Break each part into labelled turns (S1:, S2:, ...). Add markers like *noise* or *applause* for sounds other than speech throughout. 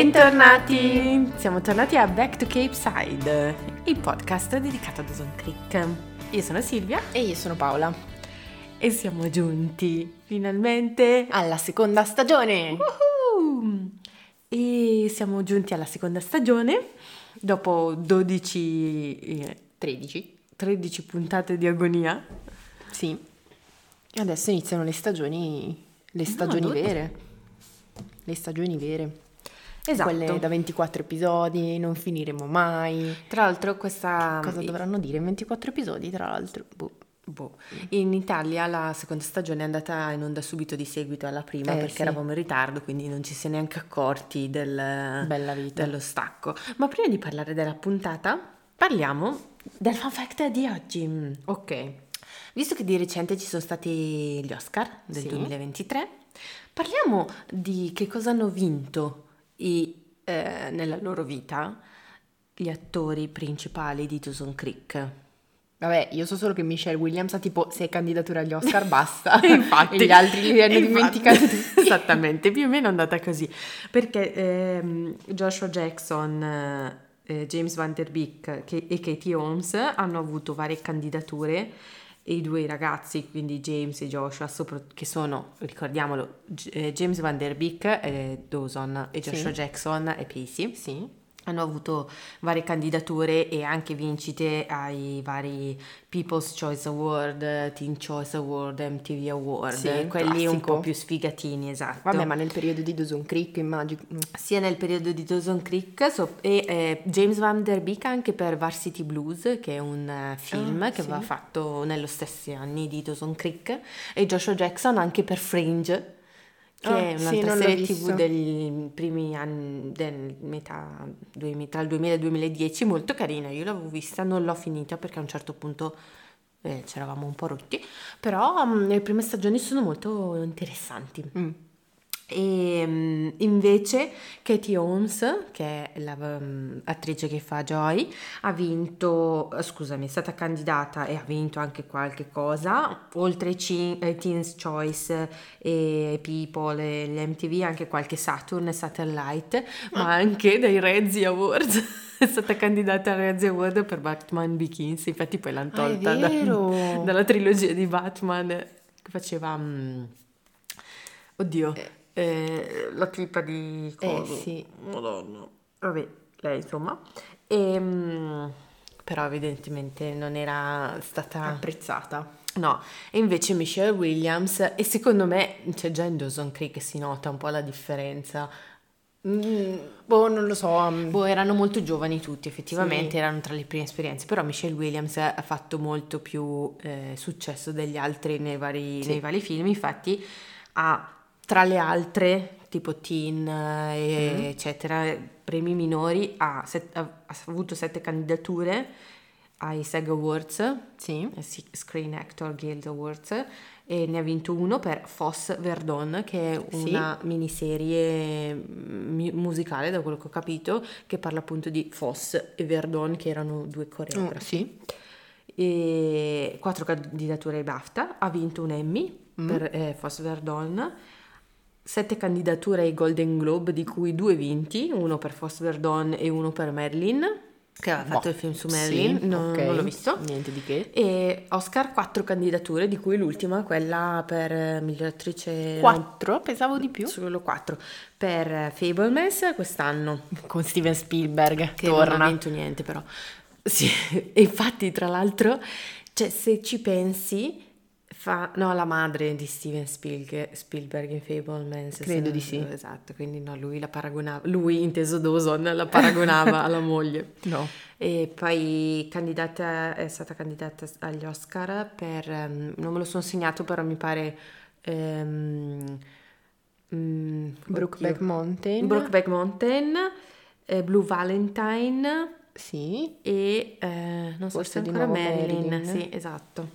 S1: Bentornati! Siamo tornati a Back to Cape Side, il podcast dedicato ad Ozone Creek. Io sono Silvia
S2: E io sono Paola.
S1: e siamo giunti finalmente
S2: Alla seconda stagione!
S1: Woohoo! E siamo giunti alla seconda stagione dopo 12, eh,
S2: 13.
S1: 13 puntate di agonia.
S2: Sì. Adesso iniziano le stagioni.
S1: Ah,
S2: Le stagioni
S1: dodici.
S2: vere. Le stagioni vere.
S1: Esatto.
S2: Quelle da 24 episodi, non finiremo mai.
S1: Tra l'altro questa...
S2: Cosa dovranno dire in 24 episodi, tra l'altro? Boh.
S1: Boh. In Italia la seconda stagione è andata in onda subito di seguito alla prima
S2: Eh,
S1: perché
S2: sì.
S1: eravamo in ritardo, quindi non ci si è neanche accorti del,
S2: Bella vita.
S1: dello stacco. Ma prima di parlare della puntata, parliamo del fan fact di oggi.
S2: Ok.
S1: Visto che di recente ci sono stati gli Oscar del
S2: Sì.
S1: 2023, parliamo di che cosa hanno vinto i, eh, nella loro vita gli attori principali di Dawson Creek.
S2: Vabbè, io so solo che Michelle Williams ha tipo sei candidature agli
S1: *laughs*
S2: Oscar, basta.
S1: infatti
S2: *laughs* E gli altri li hanno
S1: infatti. *laughs*
S2: dimenticati tutti.
S1: esattamente più o meno è andata così perché ehm, Joshua Jackson eh, James Van Der Beek che- e Katie Holmes hanno avuto varie candidature e i due ragazzi quindi James e Joshua sopra- che sono ricordiamolo G- eh, James Van Der Beek è Dawson e Joshua
S2: Sì.
S1: Jackson è Pacey
S2: Sì.
S1: hanno avuto varie candidature e anche vincite ai vari People's Choice Award, Teen Choice Award, MTV Award,
S2: Sì,
S1: quelli un
S2: classico.
S1: po' più sfigatini, esatto.
S2: Vabbè, ma nel periodo di Dawson Creek immagino. Mm.
S1: Sia nel periodo di Dawson Creek so- e eh, James Van Der Beek anche per Varsity Blues, che è un eh, film
S2: Ah,
S1: che
S2: sì.
S1: aveva fatto nello stessi anni di Dawson Creek, e Joshua Jackson anche per Fringe. Che
S2: Ah,
S1: è
S2: sì,
S1: un'altra
S2: non l'ho
S1: serie
S2: visto.
S1: tv degli primi anni, del metà, duemi- tra il 2000 e il 2010, molto carina. Io l'avevo vista, non l'ho finita perché a un certo punto eh, c'eravamo un po' rotti, però mm, le prime stagioni sono molto interessanti.
S2: Mm.
S1: E mm, invece Katie Holmes, che è l'attrice che fa Joy, ha vinto, eh, scusami, è stata candidata e ha vinto anche qualche cosa, oltre ai cin- ai Teens Choice e People e l'MTV, anche qualche Saturn e Satellite,
S2: Ah.
S1: ma anche dai Rezzi Awards. *laughs* È stata candidata al Rezzi Award per Batman Begins, infatti poi l'hanno
S2: Ah, è
S1: tolta da-
S2: vero!
S1: dalla trilogia di Batman eh, che faceva... mm, Oddio, eh, la tipa di...
S2: Eh
S1: coso.
S2: sì.
S1: Madonna. Vabbè, lei insomma. Ehm, però evidentemente non era stata...
S2: apprezzata.
S1: No, e invece Michelle Williams, e secondo me c'è già in Dawson Creek si nota un po' la differenza.
S2: boh, non lo so. mm,
S1: Boh, erano molto giovani tutti, effettivamente
S2: Sì.
S1: erano tra le prime esperienze, però Michelle Williams ha fatto molto più eh, successo degli altri nei vari,
S2: Sì.
S1: nei vari film, infatti ha tra le altre, tipo Teen, eh,
S2: Mhm.
S1: eccetera, premi minori, ha, set- ha- ha avuto sette candidature ai SAG Awards,
S2: Sì.
S1: eh, sì, Screen Actor Guild Awards e ne ha vinto uno per Foss Verdon che è
S2: Sì.
S1: una miniserie mm, mi- musicale da quello che ho capito che parla appunto di Foss e Verdon che erano due coreografi
S2: Mm, sì.
S1: e quattro candidature ai BAFTA ha vinto un Emmy
S2: Mm.
S1: per eh, Foss Verdon sette candidature ai Golden Globe di cui due vinti uno per Foss Verdon e uno per Merlin che aveva fatto il film su Merlin non- non l'ho visto
S2: Boh. Niente di che.
S1: e Oscar quattro candidature, di cui l'ultima, quella per eh, miglior attrice...
S2: Quattro, pensavo di più.
S1: Solo quattro. Per eh, Fablemans quest'anno.
S2: *laughs* Con Steven Spielberg.
S1: Che non ha vinto niente però. *laughs* Sì, e infatti tra l'altro, cioè se ci pensi, fa... No, la madre di Steven Spielg- Spielberg in Fablemans. se
S2: Credo
S1: non-
S2: di sì.
S1: Esatto, quindi no, lui la paragonava... Lui, inteso Dawson, la
S2: *laughs*
S1: paragonava alla moglie.
S2: No.
S1: E poi candidata, è stata candidata agli Oscar per, ehm, non me lo sono segnato, però mi pare... ehm, mm,
S2: Brookback
S1: oddio.
S2: Mountain.
S1: Brokeback Mountain, eh, Blue Valentine
S2: Sì.
S1: e eh, non so
S2: Forse
S1: se
S2: di
S1: ancora
S2: nuovo
S1: Marilyn.
S2: Marilyn.
S1: Sì, esatto.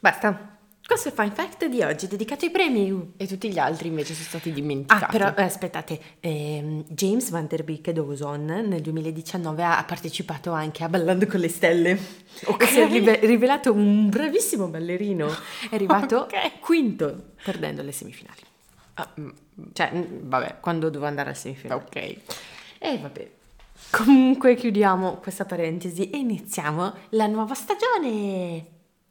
S1: Basta. Questo è il fun fact di oggi, dedicato ai premi.
S2: E tutti gli altri invece sono stati dimenticati.
S1: Ah, però eh, aspettate, ehm, James Van Der Beek Dawson nel 2019 ha ha partecipato anche a Ballando con le Stelle.
S2: Ok.
S1: E Si è rive- rivelato un bravissimo ballerino. È arrivato
S2: *laughs* Ok.
S1: quinto, perdendo le semifinali.
S2: Ah, mm,
S1: Cioè, mm, vabbè, quando dovevo andare al semifinale.
S2: ok.
S1: E vabbè. Comunque chiudiamo questa parentesi e iniziamo la nuova stagione.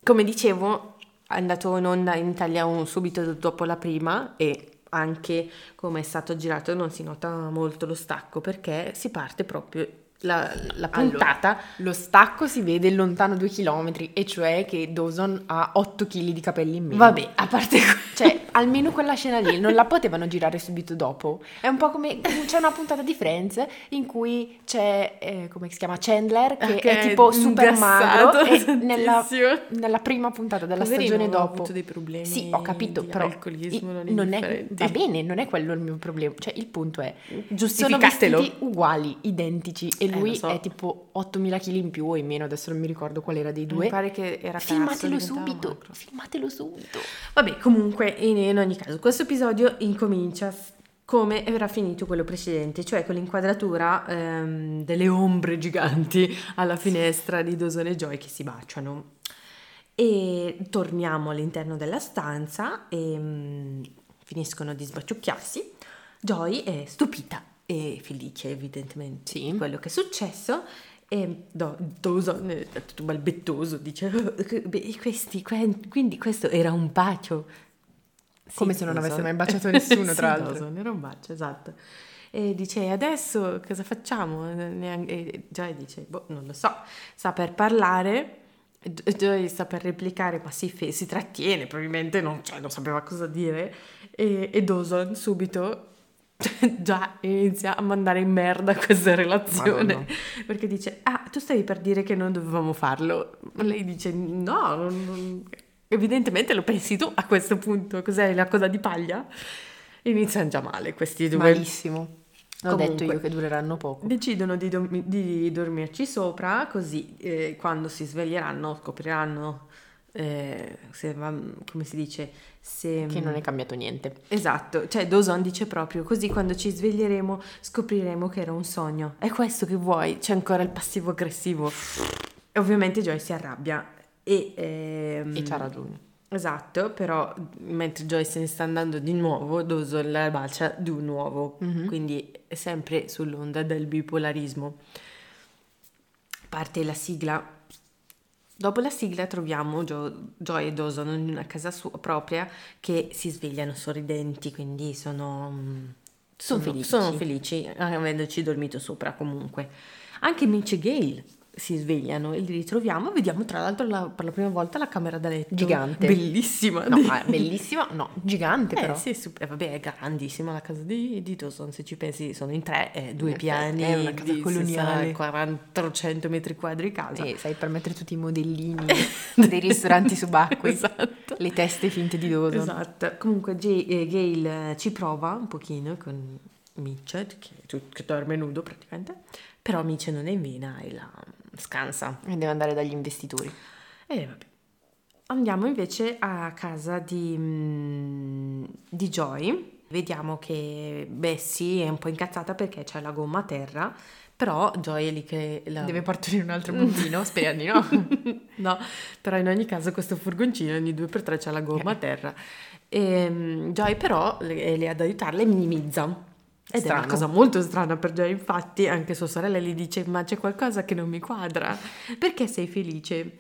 S1: Come dicevo, è andato in onda in Italia un- subito dopo la prima e anche come è stato girato non si nota molto lo stacco perché si parte proprio la, la puntata.
S2: Lo stacco si vede lontano due chilometri, e cioè che Dawson ha 8 kg di capelli in meno.
S1: Vabbè, a parte que- *laughs*
S2: Cioè, almeno quella scena lì non la potevano girare subito dopo. È un po' come c'è una puntata di Friends in cui c'è, eh, come si chiama, Chandler che
S1: Che
S2: è tipo super magro e
S1: ingrassato
S2: nella,
S1: tantissimo.
S2: nella prima puntata della
S1: Poverino,
S2: stagione
S1: ha
S2: dopo.
S1: avuto dei problemi
S2: sì, ho capito,
S1: di
S2: però
S1: alcolismo,
S2: i-
S1: non
S2: non è
S1: indifferenti.
S2: va bene, non è quello il mio problema. Cioè, il punto è sono
S1: giustificatelo.
S2: vestiti uguali, identici e
S1: Eh, lo
S2: lui
S1: so.
S2: è tipo 8000 kg in più o in meno, adesso non mi ricordo qual era dei
S1: Mi
S2: due.
S1: pare che era grasso,
S2: Filmatelo
S1: diventava
S2: subito,
S1: magro.
S2: filmatelo subito.
S1: Vabbè, comunque, in, in ogni caso, questo episodio incomincia f- come era finito quello precedente, cioè con l'inquadratura ehm, delle ombre giganti alla finestra di Dawson e Joy che si baciano. E torniamo all'interno della stanza e mm, finiscono di sbaciucchiarsi. Joy è stupita e felice, evidentemente,
S2: Sì.
S1: di quello che è successo. E Do- Dawson è tutto balbettoso, dice, "Oh, "Beh, questi, que- quindi questo era un bacio. Sì,
S2: Come se non avesse mai baciato
S1: *laughs* Sì,
S2: nessuno, tra l'altro.
S1: Dawson, era un bacio, esatto. E dice, adesso cosa facciamo? Eh, Neanche- e Joy dice, boh, non lo so, sta per parlare, Gio- Joy sta per replicare, ma si, fe- si trattiene, probabilmente non, cioè, non sapeva cosa dire, e, e Dawson subito *laughs* già inizia a mandare in merda questa relazione,
S2: Madonna.
S1: *laughs* perché dice, ah, tu stavi per dire che non dovevamo farlo, ma lei dice, no, non- non- evidentemente lo pensi tu a questo punto, cos'è la coda di paglia? Iniziano già male questi due.
S2: Malissimo. L'ho detto
S1: Comunque.
S2: io che dureranno poco.
S1: Decidono di, dom- di dormirci sopra, così eh, quando si sveglieranno scopriranno, eh, se va- come si dice, se...
S2: Che non è cambiato niente.
S1: Esatto, cioè Dawson dice proprio così quando ci sveglieremo scopriremo che era un sogno. È questo che vuoi, c'è ancora il passivo aggressivo. E Ovviamente Joy si arrabbia e... ehm,
S2: E c'ha ragione.
S1: Esatto, però mentre Joy se ne sta andando di nuovo, Dawson la bacia di nuovo, quindi è sempre sull'onda del bipolarismo. Parte la sigla. Dopo la sigla troviamo Jo- Joy e Dawson in una casa sua propria che si svegliano sorridenti, quindi sono, mm, sono,
S2: Sono
S1: felici.
S2: felici.
S1: sono felici, eh, avendoci dormito sopra comunque. Anche Mitch e Gale si svegliano e li ritroviamo. Vediamo tra l'altro la- per la prima volta la camera da letto.
S2: Gigante.
S1: Bellissima.
S2: No, ma è bellissima, no,
S1: *laughs*
S2: gigante
S1: Eh,
S2: però.
S1: sì, su- eh, vabbè, è grandissima la casa di, di Dawson, se ci pensi sono in tre, eh, due
S2: effetti,
S1: piani,
S2: è una casa
S1: di
S2: coloniale.
S1: 400 metri quadri casa.
S2: Sì, sai, per mettere tutti
S1: *laughs*
S2: i modellini dei ristoranti subacquei,
S1: Esatto.
S2: le teste finte di Dawson.
S1: Esatto. Comunque Jay- eh, Gail eh, ci prova un pochino con Mitch, che, tu- che dorme nudo praticamente, però Mitch non è in vena e la scansa.
S2: E deve andare dagli investitori.
S1: E vabbè. Andiamo invece a casa di, mm, di Joy. Vediamo che Bessie è un po' incazzata perché c'è la gomma a terra, però Joy è lì che la...
S2: Deve partorire un altro
S1: *laughs*
S2: bambino, speriamo di *laughs* no.
S1: no, però in ogni caso questo furgoncino ogni 2x3 c'è la gomma a terra. E, mm, Joy però le- è lì ad aiutarla e minimizza. Ed è una
S2: Strano.
S1: cosa molto strana per Joy, infatti anche sua sorella gli dice ma c'è qualcosa che non mi quadra, perché sei felice?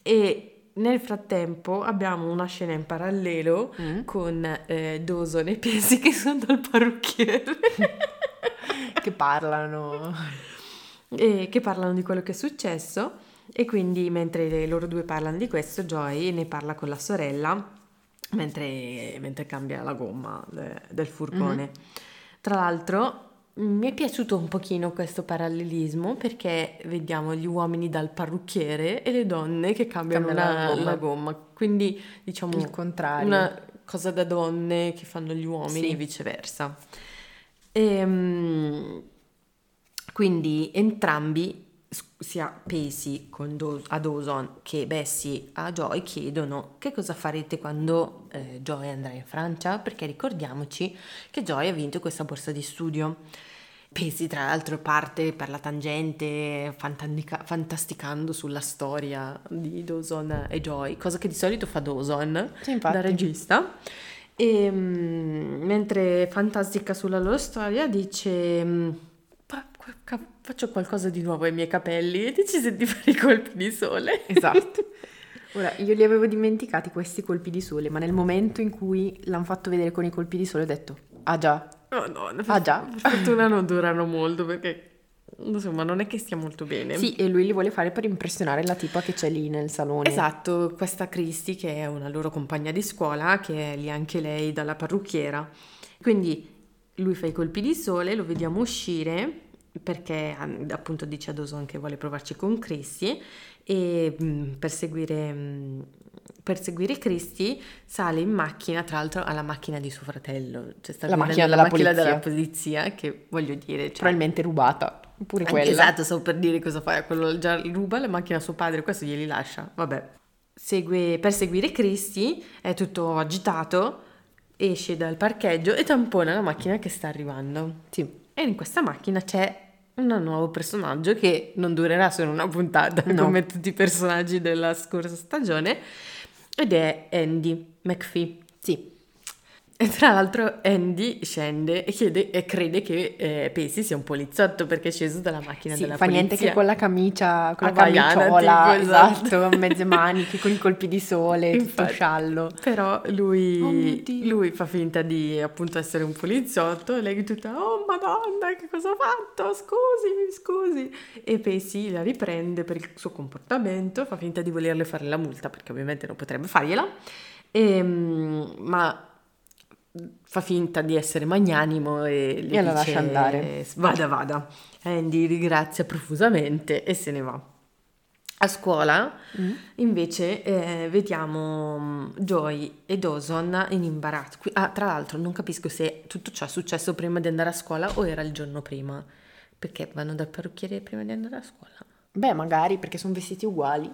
S1: E nel frattempo abbiamo una scena in parallelo
S2: Mm.
S1: con eh, Dawson e Piesi *laughs* che sono dal
S2: *laughs*
S1: parrucchiere.
S2: che parlano.
S1: Mm. e eh, che parlano di quello che è successo e quindi mentre le- loro due parlano di questo Joy ne parla con la sorella mentre, mentre cambia la gomma de- del
S2: Mhm.
S1: furgone tra l'altro mm, mi è piaciuto un pochino questo parallelismo perché vediamo gli uomini dal parrucchiere e le donne che cambiano
S2: Cambiano la
S1: la,
S2: gomma.
S1: la gomma quindi diciamo
S2: Il contrario.
S1: una cosa da donne che fanno gli uomini
S2: Sì.
S1: e viceversa. Ehm, quindi entrambi, s- sia Pacey con Do- a Dawson che Bessie a Joy, chiedono che cosa farete quando eh, Joy andrà in Francia, perché ricordiamoci che Joy ha vinto questa borsa di studio. Pacey tra l'altro parte per la tangente fantanica- fantasticando sulla storia di Dawson e Joy, cosa che di solito fa Dawson
S2: Sì, infatti.
S1: da regista. E, mm, mentre Fantastica sulla loro storia dice... mm, "Fa- fa- fa- Faccio qualcosa di nuovo ai miei capelli e decise di *laughs* fare i colpi di sole.
S2: Esatto.
S1: *laughs*
S2: Ora, io li avevo dimenticati questi colpi di sole, ma nel momento in cui l'hanno fatto vedere con i colpi di sole ho detto, ah già,
S1: Madonna,
S2: Ah, già?
S1: Oh, Per fortuna non durano molto perché insomma non è che stia molto bene.
S2: Sì, e lui li vuole fare per impressionare la tipa che c'è lì nel salone.
S1: Esatto, questa Christy che è una loro compagna di scuola, che è lì anche lei dalla parrucchiera. Quindi lui fa i colpi di sole, lo vediamo uscire perché an- appunto dice a Dawson che vuole provarci con Christy e mh, per seguire, mh, per seguire Christy sale in macchina, tra l'altro alla macchina di suo fratello, cioè sta
S2: La
S1: guidando
S2: macchina della
S1: macchina della polizia che voglio dire... Cioè,
S2: Probabilmente rubata, pure
S1: anche-
S2: quella.
S1: Esatto, stavo per dire cosa fa, quello già ruba la macchina a suo padre, questo glieli lascia, vabbè. Segue, per seguire Christy è tutto agitato, esce dal parcheggio e tampona la macchina che sta arrivando.
S2: Sì.
S1: E in questa macchina c'è un nuovo personaggio che non durerà solo una puntata,
S2: No.
S1: come tutti i personaggi della scorsa stagione, ed è Andy McPhee.
S2: Sì.
S1: E tra l'altro Andy scende e, chiede, e crede che eh, Pesi sia un poliziotto perché è sceso dalla macchina
S2: Sì,
S1: della
S2: fa niente
S1: polizia.
S2: che con la camicia, con la
S1: Hawaiana,
S2: camicciola,
S1: tipo, esatto.
S2: esatto, *laughs* a mezze maniche, con i colpi di sole, tutto
S1: Infatti.
S2: sciallo.
S1: Però
S2: Oh mio
S1: lui,
S2: Dio.
S1: lui fa finta di appunto essere un poliziotto e lei tutta oh madonna che cosa ho fatto scusami scusi e Pesi la riprende per il suo comportamento fa finta di volerle fare la multa perché ovviamente non potrebbe fargliela Ehm, ma fa finta di essere magnanimo e gli
S2: E
S1: dice
S2: la lascia andare.
S1: vada vada Andy ringrazia profusamente e se ne va a scuola Invece eh, vediamo mm, Joy e Dawson in imbarazzo. Qui- ah, tra l'altro non capisco se tutto ciò è successo prima di andare a scuola o era il giorno prima. Perché vanno dal parrucchiere prima di andare a scuola?
S2: Beh, magari perché sono vestiti uguali.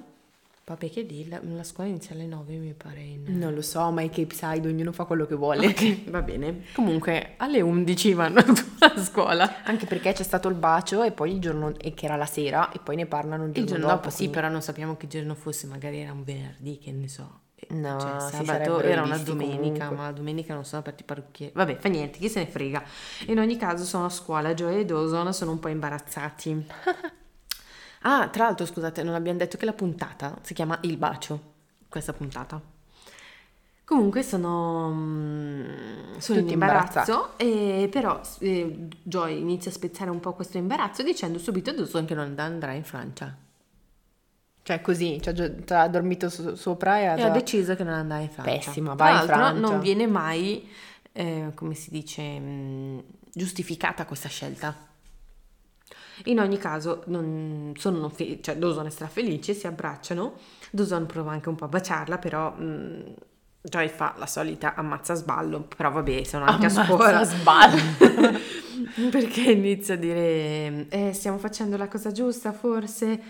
S1: Vabbè che dì, la, la scuola inizia alle 9 mi pare in... *laughs*
S2: Non lo so, ma i Cape Side ognuno fa quello che vuole.
S1: Ok, va bene. Comunque alle 11 vanno *laughs* a scuola.
S2: Anche perché c'è stato il bacio e poi il giorno, e che era la sera, e poi ne parlano il
S1: Il
S2: giorno,
S1: giorno dopo sì,
S2: quindi-
S1: però non sappiamo che giorno fosse, magari era un venerdì, che ne so.
S2: No,
S1: Cioè,
S2: si
S1: sabato
S2: sarebbero
S1: era una
S2: visti
S1: domenica,
S2: comunque.
S1: ma la domenica non sono aperti i parrucchieri. Vabbè, fa niente, chi se ne frega. In ogni caso sono a scuola, Joe e Dawson sono un po' imbarazzati. *laughs* ah, tra l'altro, scusate, non abbiamo detto che la puntata si chiama Il bacio, questa puntata. Comunque sono, mm, sono in
S2: Tutti
S1: imbarazzo, e però eh, Joy inizia a spezzare un po' questo imbarazzo dicendo subito a Dawson che non andrà in Francia.
S2: Cioè così, cioè, gio- cioè, ha dormito so- sopra e ha
S1: E
S2: già-
S1: ho deciso che non andare in Francia.
S2: Pessima,
S1: Tra
S2: vai in
S1: l'altro
S2: Francia.
S1: non viene mai, eh, come si dice, mh, giustificata questa scelta. In ogni caso, non, sono non fe- cioè, Dawson è strafelice, si abbracciano. Dawson prova anche un po' a baciarla, però... mh, Joy fa la solita ammazza sballo, però vabbè, sono anche a *laughs*
S2: Ammazza
S1: scuola.
S2: sballo.
S1: *laughs* Perché inizia a dire, eh, stiamo facendo la cosa giusta forse?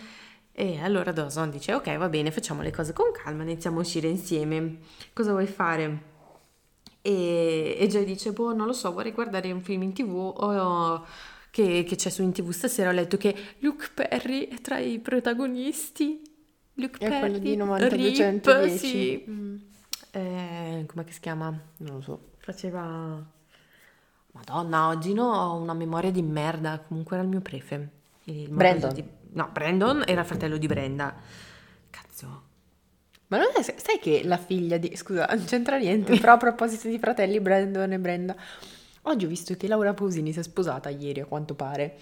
S1: E allora Dawson dice, ok, va bene, facciamo le cose con calma, iniziamo a uscire insieme. Cosa vuoi fare? E, e Joy dice, boh, non lo so, vorrei guardare un film in tv o- che, che c'è su in tv stasera. Ho letto che Luke Perry è tra i protagonisti. Luke
S2: È quello
S1: Perry,
S2: di Mm. 92,
S1: Rip,
S2: 110.
S1: sì. Eh, com'è che si chiama?
S2: Non lo so.
S1: Faceva... Madonna, oggi no, ho una memoria di merda. Comunque era il mio prefe. Il
S2: Brandon.
S1: modello di- No, Brandon era il fratello di Brenda. Cazzo.
S2: Ma non è, sai che la figlia di... Scusa, non c'entra niente, però a proposito di fratelli Brandon e Brenda, oggi ho visto che Laura Pausini si è sposata ieri a quanto pare.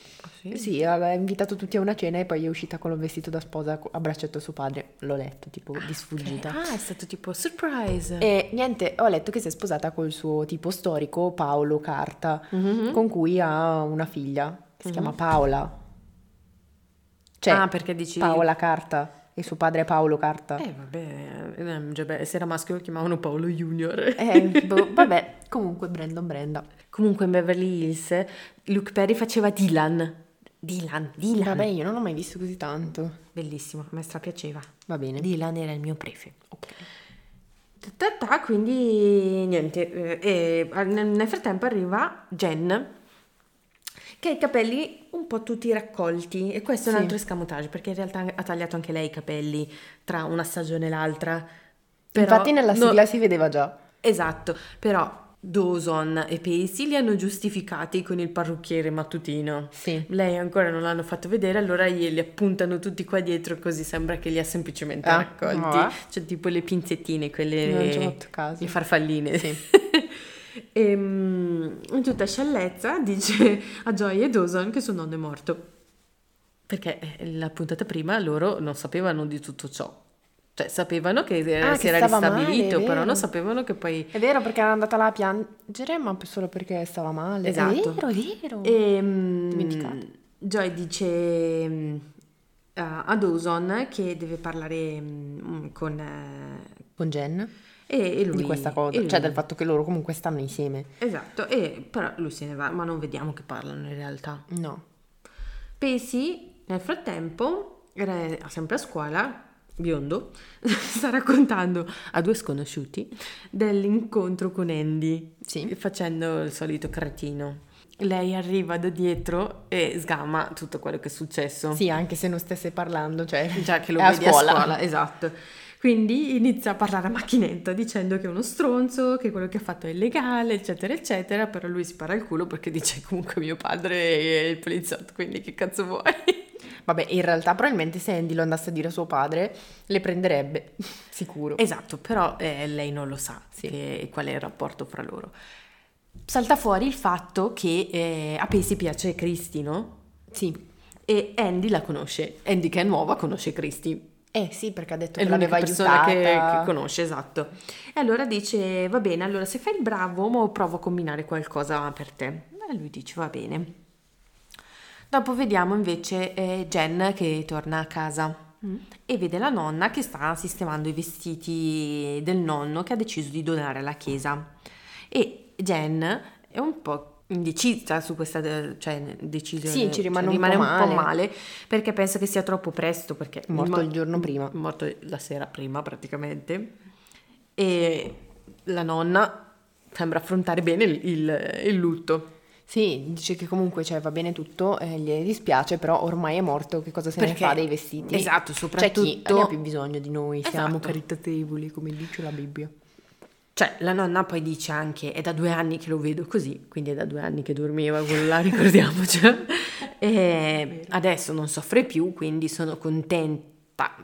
S2: Sì, aveva invitato tutti a una cena e poi è uscita con un vestito da sposa co- a braccetto a suo padre. L'ho letto, tipo, di sfuggita.
S1: Ah, è stato tipo surprise.
S2: E niente, ho letto che si è sposata col suo tipo storico Paolo Carta,
S1: mm-hmm. Mm.
S2: con cui ha una figlia che si chiama Paola. Cioè,
S1: ah, perché dici...
S2: Paola Carta e suo padre è Paolo Carta.
S1: Eh, vabbè, ehm, già beh, se era maschio lo chiamavano Paolo Junior.
S2: Eh, boh, vabbè, comunque Brandon Brenda.
S1: Comunque in Beverly Hills Luke Perry faceva Dylan. Dylan, Dylan.
S2: Vabbè, io non l'ho mai visto così tanto.
S1: Bellissimo, a me strapiaceva.
S2: Va bene.
S1: Dylan era il mio prefe. Ta ta ta, quindi niente, eh, e nel nel frattempo arriva Jen che ha i capelli un po' tutti raccolti e questo è un
S2: Sì.
S1: altro escamotage perché in realtà ha tagliato anche lei i capelli tra una stagione e l'altra.
S2: Infatti nella
S1: no-
S2: sigla si vedeva già.
S1: Esatto, però Dawson e Pacey li hanno giustificati con il parrucchiere mattutino.
S2: Sì.
S1: Lei ancora non l'hanno fatto vedere, allora glieli appuntano tutti qua dietro così sembra che li ha semplicemente
S2: Ah,
S1: raccolti.
S2: ah.
S1: Cioè tipo le pinzettine, quelle...
S2: Non ci ho fatto caso.
S1: Le farfalline. *laughs*
S2: Sì.
S1: E mm, in tutta sciallezza dice a Joy e Dawson che suo nonno è morto. Perché eh, la puntata prima loro non sapevano di tutto ciò. Cioè sapevano che era-
S2: Ah,
S1: si
S2: che
S1: era
S2: stava male,
S1: ristabilito, però
S2: vero.
S1: non sapevano che poi...
S2: È vero perché era andata là a piangere, ma solo perché stava male.
S1: Esatto.
S2: È vero, è vero.
S1: E, mm,
S2: Dimenticato.
S1: Joy dice mm, a a Dawson che deve parlare mm, con... eh,
S2: Con Jen
S1: e, e lui...
S2: di questa cosa,
S1: e lui-
S2: cioè del fatto che loro comunque stanno insieme.
S1: Esatto, e, però lui se ne va, ma non vediamo che parlano in realtà.
S2: No.
S1: Pesi, nel frattempo, era sempre a scuola, biondo, *laughs* sta raccontando a due sconosciuti dell'incontro con Andy,
S2: Sì.
S1: facendo il solito cretino. Lei arriva da dietro e sgama tutto quello che è successo.
S2: Sì, anche se non stesse parlando, cioè
S1: Già che lo
S2: è a
S1: vedi
S2: scuola.
S1: a scuola, esatto. Quindi inizia a parlare a macchinetta dicendo che è uno stronzo, che quello che ha fatto è illegale, eccetera, eccetera, però lui si para il culo perché dice comunque mio padre è il poliziotto, quindi che cazzo vuoi?
S2: Vabbè, in realtà probabilmente se Andy lo andasse a dire a suo padre, le prenderebbe, *laughs* sicuro.
S1: Esatto, però eh, lei non lo sa
S2: Sì.
S1: che- qual è il rapporto fra loro. Salta fuori il fatto che eh, a Pesi piace Christy, no?
S2: sì.
S1: E Andy la conosce. Andy che è nuova conosce Christy.
S2: Eh sì, perché ha detto
S1: È
S2: che l'aveva
S1: l'unica persona
S2: aiutata.
S1: che, che conosce, esatto. E allora dice, va bene, allora se fai il bravo, mo provo a combinare qualcosa per te. E lui dice, va bene. Dopo vediamo invece eh, Jen che torna a casa
S2: Mm.
S1: e vede la nonna che sta sistemando i vestiti del nonno che ha deciso di donare alla chiesa. E Jen è un po' indecisa su questa de- cioè decisione
S2: Sì, ci
S1: cioè,
S2: rimane un
S1: rimane
S2: po'
S1: un po'
S2: male.
S1: male perché pensa che sia troppo presto perché
S2: Morto
S1: ma-
S2: il giorno prima.
S1: morto la sera prima praticamente e la nonna sembra affrontare bene il, il- il lutto
S2: Sì, dice che comunque cioè, va bene tutto, eh, gli dispiace, però ormai è morto, che cosa se
S1: Perché-
S2: ne fa dei vestiti?
S1: esatto,
S2: C'è chi
S1: soprattutto-
S2: ne ha più bisogno di noi, siamo
S1: Esatto.
S2: caritatevoli, come dice la Bibbia.
S1: cioè la nonna poi dice anche è da due anni che lo vedo così quindi è da due anni che dormiva quello
S2: *laughs*
S1: là ricordiamoci e adesso non soffre più quindi sono contenta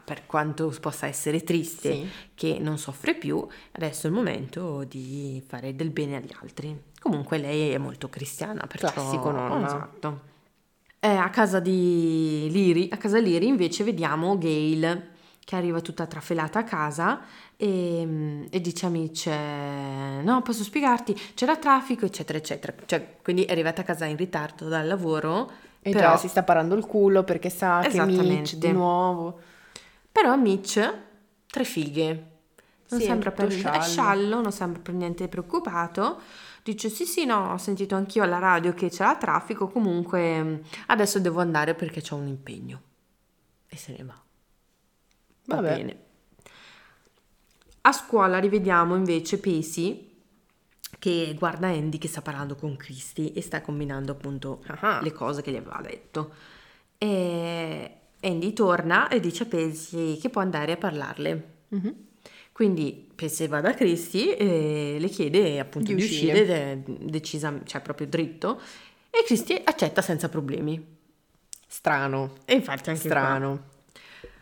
S1: per quanto possa essere triste
S2: Sì.
S1: che non soffre più, adesso è il momento di fare del bene agli altri. Comunque lei è molto cristiana, perciò...
S2: Classico nonna.
S1: Esatto. Eh, a casa di Liri, a casa Liri invece vediamo Gail che arriva tutta trafelata a casa e, e dice a Mitch eh, no posso spiegarti c'era traffico eccetera eccetera cioè quindi è arrivata a casa in ritardo dal lavoro
S2: E
S1: però
S2: già si sta parando il culo perché sa che Mitch
S1: Esattamente.
S2: di nuovo...
S1: Però Mitch, tre fighe. Non
S2: Sì, è
S1: sembra per
S2: tutto
S1: niente- è
S2: sciallo.
S1: sciallo, non sembra per niente preoccupato. Dice: Sì, sì, no, ho sentito anch'io alla radio che c'era traffico. Comunque mh, adesso devo andare perché c'ho un impegno. E se ne va. Va
S2: Vabbè.
S1: bene. A scuola rivediamo invece Pesi che guarda Andy che sta parlando con Christy e sta combinando appunto
S2: Ah.
S1: le cose che gli aveva detto. E Andy torna e dice a Pesi che può andare a parlarle.
S2: Mhm.
S1: Quindi Pesi va da Christy e le chiede appunto di,
S2: Di
S1: uscire,
S2: uscire.
S1: de- decisa, cioè proprio dritto, e Christy accetta senza problemi.
S2: Strano,
S1: E infatti anche Strano.
S2: strano.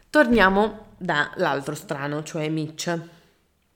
S1: Torniamo dall'altro strano, cioè Mitch,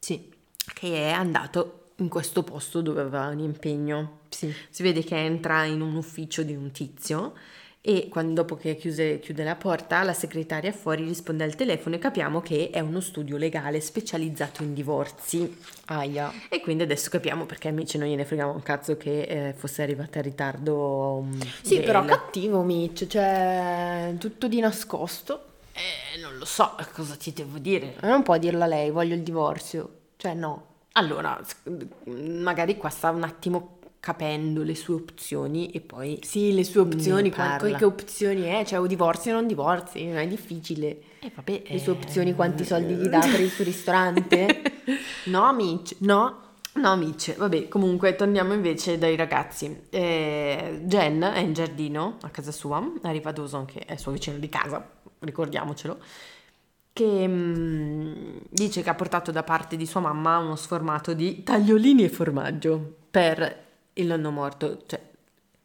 S2: Sì,
S1: che è andato in questo posto dove aveva un impegno.
S2: sì.
S1: Si vede che entra in un ufficio di un tizio e quando, dopo che chiuse- chiude la porta la segretaria fuori risponde al telefono e capiamo che è uno studio legale specializzato in divorzi.
S2: Aia.
S1: E quindi adesso capiamo perché amici non gliene fregava un cazzo che eh, fosse arrivata in ritardo. um,
S2: Sì,
S1: Gail.
S2: però cattivo Mitch, cioè tutto di nascosto.
S1: Eh, non lo so cosa ti devo dire.
S2: Ma Non può dirla lei, voglio il divorzio. Cioè no.
S1: Allora, s- magari qua sta un attimo capendo le sue opzioni e poi
S2: Sì, le sue opzioni,
S1: Ne parla.
S2: qual- che opzioni è? Cioè o divorzi o non divorzi, non è difficile.
S1: Eh, vabbè,
S2: Le sue
S1: eh,
S2: opzioni, quanti soldi gli dà per il suo ristorante?
S1: *laughs*
S2: *laughs* No Mitch, no.
S1: No, amici, vabbè, comunque torniamo invece dai ragazzi. Eh, Jen è in giardino a casa sua, arriva Dawson che è suo vicino di casa, ricordiamocelo, che mm, dice che ha portato da parte di sua mamma uno sformato di tagliolini e formaggio per il nonno morto. Cioè,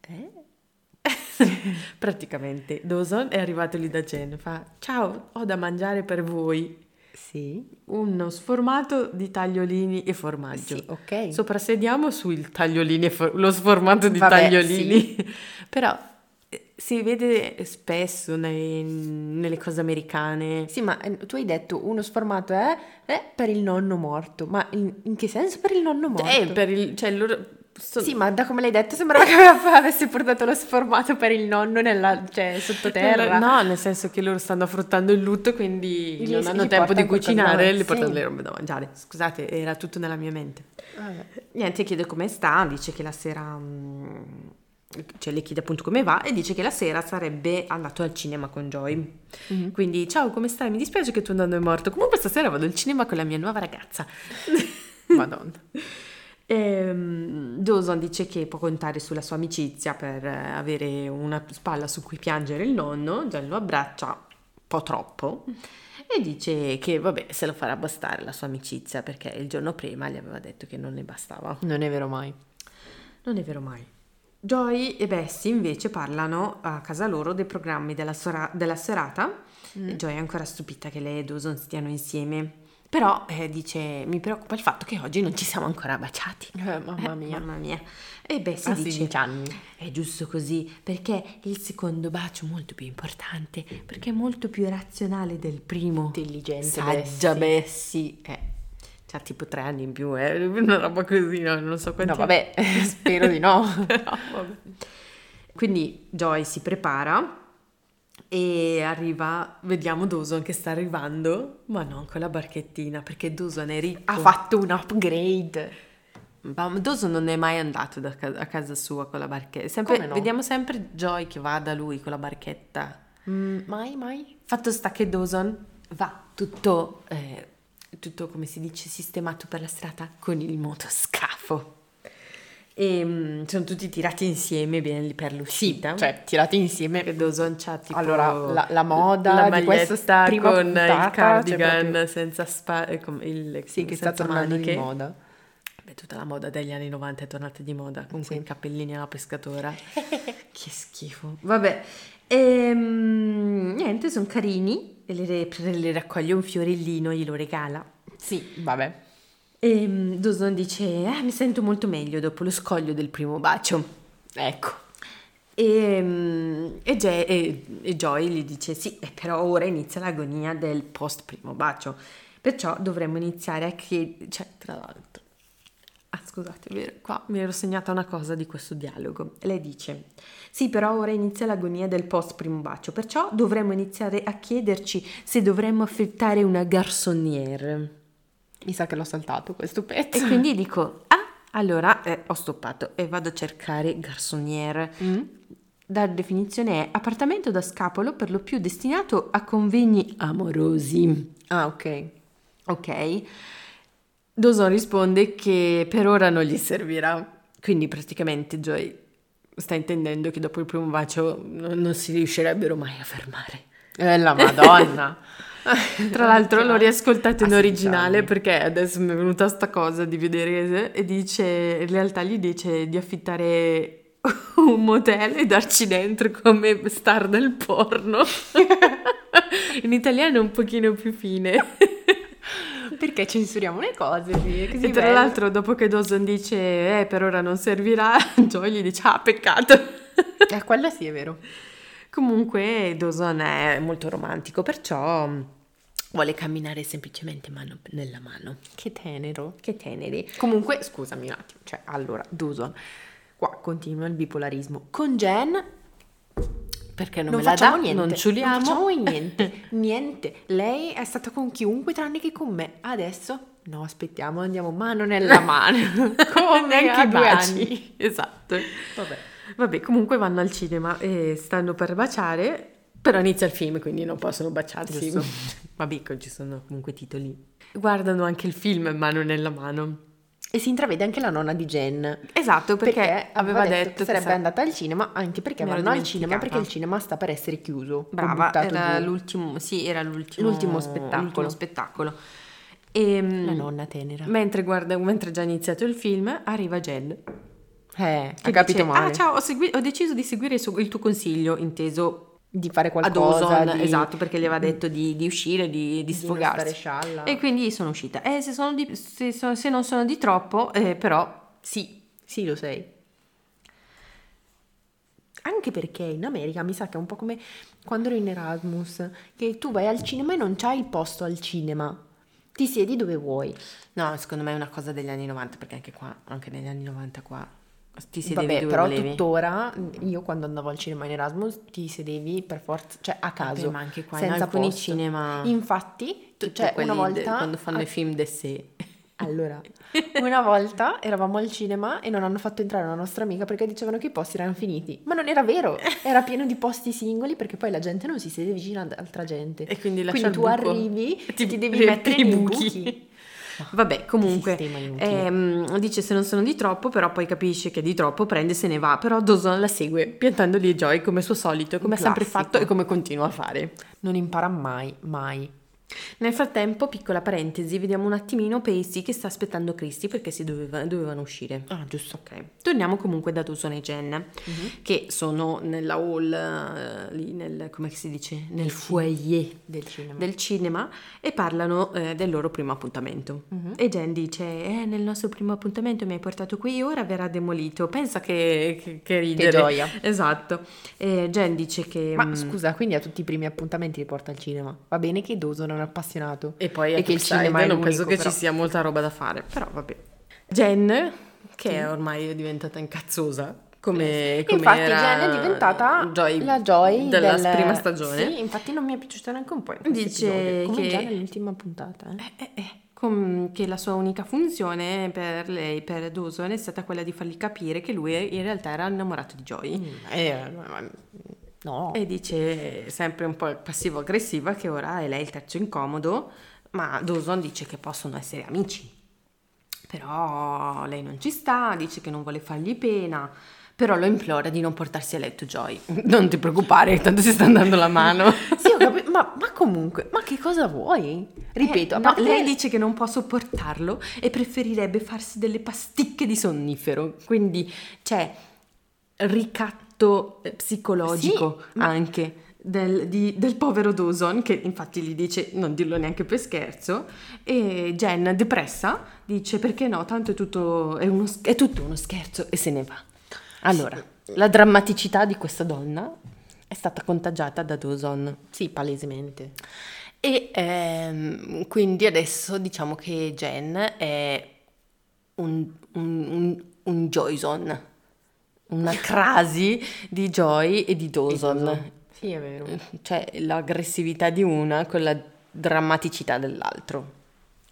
S1: *laughs* eh? praticamente Dawson è arrivato lì da cena, fa ciao, ho da mangiare per voi.
S2: Sì.
S1: Uno sformato di tagliolini e formaggio.
S2: Sì, ok.
S1: Soprassediamo sul tagliolini e for- lo sformato di
S2: Vabbè,
S1: tagliolini. *laughs* Però eh, si vede spesso nei- nelle cose americane.
S2: Sì, ma eh, tu hai detto uno sformato è, è per il nonno morto, ma in, in che senso per il nonno morto?
S1: Eh, per il, cioè, loro sono-
S2: Sì, ma da come l'hai detto sembrava *laughs* che aveva- avesse portato lo sformato per il nonno nella, cioè, sottoterra.
S1: No, nel senso che loro stanno affrontando il lutto, quindi
S2: Gli-
S1: non hanno
S2: gli
S1: tempo di
S2: portano qualcosa da
S1: cucinare,
S2: mangiare,
S1: gli portano
S2: sì.
S1: le robe da mangiare. Scusate, era tutto nella mia mente.
S2: Vabbè.
S1: Niente, chiede come sta, dice che la sera... mm, Cioè, le chiede appunto come va e dice che la sera sarebbe andato al cinema con Joy.
S2: Mhm.
S1: Quindi, ciao, come stai? Mi dispiace che tuo nonno è morto. Comunque stasera vado al cinema con la mia nuova ragazza.
S2: Madonna.
S1: Ehm, Dawson dice che può contare sulla sua amicizia per eh, avere una spalla su cui piangere il nonno, già lo abbraccia un po' troppo e dice che vabbè se lo farà bastare la sua amicizia perché il giorno prima gli aveva detto che non ne bastava.
S2: Non è vero mai.
S1: Non è vero mai. Joy e Bessie invece parlano a casa loro dei programmi della, sora- della serata
S2: Mm.
S1: e Joy è ancora stupita che lei e Dawson stiano insieme. Però eh, dice mi preoccupa il fatto che oggi non ci siamo ancora baciati.
S2: Eh, *laughs* mamma
S1: Eh,
S2: mia. Ah,
S1: Mamma mia. E beh, si
S2: A
S1: dice,
S2: 16 anni.
S1: è giusto così, perché il secondo bacio è molto più importante, perché è molto più razionale del primo.
S2: Intelligente.
S1: Saggia
S2: Bessie.
S1: Bessie. Eh, c'ha tipo tre anni in più, eh, una roba così, no, non so quanti
S2: No, vabbè, *laughs* spero di no.
S1: No,
S2: *laughs*
S1: vabbè. Quindi Joy si prepara e arriva, vediamo Dawson che sta arrivando, ma non con la barchettina, perché Dawson è ricco.
S2: ha fatto un upgrade.
S1: Ma Dawson non è mai andato da ca- a casa sua con la barchetta. Sempre-
S2: Come no?
S1: Vediamo sempre Joy che va da lui con la barchetta.
S2: Mm, mai, mai.
S1: Fatto sta che Dawson va tutto, eh, tutto come si dice, sistemato per la strada con il motoscafo. E mm, sono tutti tirati insieme bene lì per l'uscita.
S2: Cioè, tirati insieme.
S1: Perché Dawson c'ha tipo
S2: Allora, la- la moda
S1: la
S2: di questa
S1: maglietta
S2: prima
S1: con
S2: puntata,
S1: il cardigan
S2: cioè, proprio-
S1: senza spa, eh, com- il,
S2: Sì, che sta
S1: senza
S2: tornando
S1: maniche.
S2: di moda.
S1: Beh, tutta la moda degli anni 90 è tornata di moda con
S2: Sì.
S1: quei cappellini alla *laughs* pescatora. che schifo. Vabbè, Ehm, niente, sono carini. E le, le raccoglie un fiorellino, glielo regala.
S2: Sì, vabbè.
S1: E Dawson dice: "Eh, Mi sento molto meglio dopo lo scoglio del primo bacio.
S2: Ecco.
S1: E, mm, e Je- e- e Joy gli dice: Sì, eh, però ora inizia l'agonia del post primo bacio. Perciò dovremmo iniziare a chiedere. Cioè, tra l'altro. Ah, scusate, è vero, qua mi ero segnata una cosa di questo dialogo. Lei dice: Sì, però ora inizia l'agonia del post primo bacio. Perciò dovremmo iniziare a chiederci se dovremmo affittare una garçonniere.
S2: Mi sa che l'ho saltato questo
S1: E
S2: pezzo. *laughs*
S1: quindi dico: Ah, allora eh, ho stoppato e vado a cercare garçonniere.
S2: Mm?
S1: La definizione è appartamento da scapolo per lo più destinato a convegni amorosi.
S2: Ah, ok.
S1: Ok? Dawson risponde che per ora non gli servirà. Quindi praticamente Joy sta intendendo che dopo il primo bacio non, non si riuscirebbero mai a fermare.
S2: Eh, la madonna.
S1: *laughs* Tra l'altro l'ho riascoltato in
S2: Ah, sì,
S1: originale
S2: diciamo.
S1: perché adesso mi è venuta sta cosa di vedere e dice, in realtà gli dice di affittare *laughs* un motel e darci dentro come star del
S2: *laughs*
S1: porno. in italiano è un pochino più fine.
S2: *laughs* Perché censuriamo le cose, sì, è così
S1: E tra
S2: bello.
S1: l'altro dopo che Dawson dice eh per ora non servirà, *laughs* Joy gli dice ah peccato.
S2: Eh, quello sì, è vero.
S1: Comunque Dawson è molto romantico perciò mm, vuole camminare semplicemente mano nella mano.
S2: Che tenero.
S1: Che teneri.
S2: Comunque, scusami un attimo, cioè, allora, Dawson, qua continua il bipolarismo. Con Jen
S1: Perché non,
S2: non
S1: me la dà,
S2: facciamo niente.
S1: non ciuliamo.
S2: Non
S1: *laughs*
S2: facciamo *laughs* niente, niente. Lei è stata con chiunque tranne che con me. Adesso, no, aspettiamo, andiamo
S1: *laughs*
S2: mano nella mano. Come
S1: Neanche
S2: anche
S1: i
S2: due
S1: baci.
S2: anni.
S1: Esatto.
S2: Vabbè.
S1: Vabbè, comunque vanno al cinema e stanno per baciare, però inizia il film, quindi non possono baciarsi.
S2: Giusto.
S1: *laughs* Vabbè, che ci sono comunque titoli. Guardano anche il film mano nella mano.
S2: E si intravede anche la nonna di Jen.
S1: Esatto, perché, aveva detto,
S2: che sarebbe
S1: sa-
S2: andata al cinema, anche perché
S1: Mi ero
S2: vanno al cinema
S1: dimenticata.
S2: perché il cinema sta per essere chiuso. o
S1: Brava,
S2: buttato
S1: era
S2: giù.
S1: l'ultimo, sì, era l'ultimo,
S2: L'ultimo spettacolo.
S1: l'ultimo spettacolo. E,
S2: la nonna tenera.
S1: Mentre, guarda, mentre è già iniziato il film, arriva Jen. Che
S2: eh, ha
S1: dice,
S2: capito male.
S1: Ah, ciao, ho, segui- ho deciso di seguire il, suo- il tuo consiglio, inteso
S2: Di fare
S1: ad
S2: qualcosa.
S1: Ozon,
S2: di,
S1: esatto, perché gli aveva detto di, di uscire, di, di
S2: di
S1: sfogarsi.
S2: sfogarsi. scialla.
S1: E quindi sono uscita. Eh, se, sono di- se so- se non sono di troppo, eh, però sì.
S2: Sì, lo sei. Anche perché in America mi sa che è un po' come quando ero in Erasmus, che tu vai al cinema e non c'hai il posto al cinema. Ti siedi dove vuoi.
S1: No, secondo me è una cosa degli anni 90, perché anche qua, anche negli anni 90 qua, ti
S2: Vabbè, però tuttora mm, io quando andavo al cinema in Erasmus ti sedevi per forza, cioè a caso,
S1: ma anche qua in
S2: senza
S1: alcuni
S2: posto.
S1: cinema-
S2: Infatti,
S1: Tutti
S2: cioè
S1: quelli
S2: una
S1: de-
S2: volta
S1: quando fanno i film de sé. *laughs*
S2: Allora, una volta eravamo al cinema e non hanno fatto entrare una nostra amica perché dicevano che i posti erano finiti. Ma non
S1: *laughs*
S2: era vero, era pieno di posti singoli perché poi la gente non si siede vicino ad altra gente.
S1: E quindi lascia
S2: Quindi
S1: il
S2: tu
S1: buco. *laughs*
S2: arrivi e ti, devi
S1: riempi
S2: mettere nei buchi.
S1: Vabbè, comunque,
S2: sistema inutile.
S1: ehm, dice se non sono di troppo, però poi capisce che è di troppo, prende e se ne va. Però Dawson la segue, piantandoli e Joy come suo solito, come ha sempre
S2: Classico.
S1: fatto e come continua a fare.
S2: Non impara mai, mai.
S1: Nel frattempo, piccola parentesi, vediamo un attimino Pacey che sta aspettando Christy perché si doveva- dovevano uscire.
S2: Ah, giusto.
S1: Ok, torniamo comunque da Dawson e Jen,
S2: Mhm.
S1: che sono nella hall, eh, lì nel, come si dice, nel foyer
S2: Del cinema.
S1: del cinema e parlano eh, del loro primo appuntamento.
S2: Mhm.
S1: E Jen dice, eh, nel nostro primo appuntamento mi hai portato qui, ora verrà demolito. Pensa che, che, che ridere.
S2: gioia.
S1: Esatto. E Jen dice che...
S2: Ma
S1: mm,
S2: scusa, quindi a tutti i primi appuntamenti li porta al cinema. Va bene che Dawson è un appassionato.
S1: E poi
S2: E
S1: anche
S2: che il
S1: Upside
S2: cinema è
S1: Down, non penso
S2: l'unico,
S1: che
S2: però.
S1: ci sia molta roba da fare, però vabbè. Jen, che è ormai è diventata incazzosa, come, come
S2: infatti
S1: era
S2: Jen è diventata
S1: Joy
S2: la Joy
S1: della
S2: del-
S1: prima stagione.
S2: Sì, infatti non mi è piaciuta neanche un po'. in
S1: Dice
S2: questo episodio, come
S1: che-
S2: già nell'ultima puntata. eh.
S1: Eh, eh, com- che la sua unica funzione per lei, per Dawson, è stata quella di fargli capire che lui in realtà era innamorato di Joy.
S2: Eh, ma- no.
S1: E dice, sempre un po' passivo-aggressiva, che ora è lei il terzo incomodo, ma Dawson dice che possono essere amici. Però lei non ci sta, dice che non vuole fargli pena, però lo implora di non portarsi a letto Joy. *laughs* Non ti preoccupare, tanto si sta andando la mano.
S2: Sì, ho capito, ma, ma comunque, ma che cosa vuoi? Ripeto,
S1: Eh,
S2: a
S1: no,
S2: parte
S1: lei dice che non può sopportarlo e preferirebbe farsi delle pasticche di sonnifero. Quindi c'è ricatto eh, psicologico
S2: Sì,
S1: anche del, di- del povero Dawson, che infatti gli dice non dirlo neanche per scherzo. E Jen, depressa, dice perché no, tanto è tutto, è uno sch- è tutto uno scherzo e se ne va. Allora, la drammaticità di questa donna è stata contagiata da Dawson.
S2: Sì, palesemente.
S1: E ehm, quindi adesso diciamo che Jen è un, un, un, un Joyson,
S2: *laughs*
S1: una crasi di Joy e di Dawson.
S2: Sì, è vero.
S1: Cioè l'aggressività di una con la drammaticità dell'altro.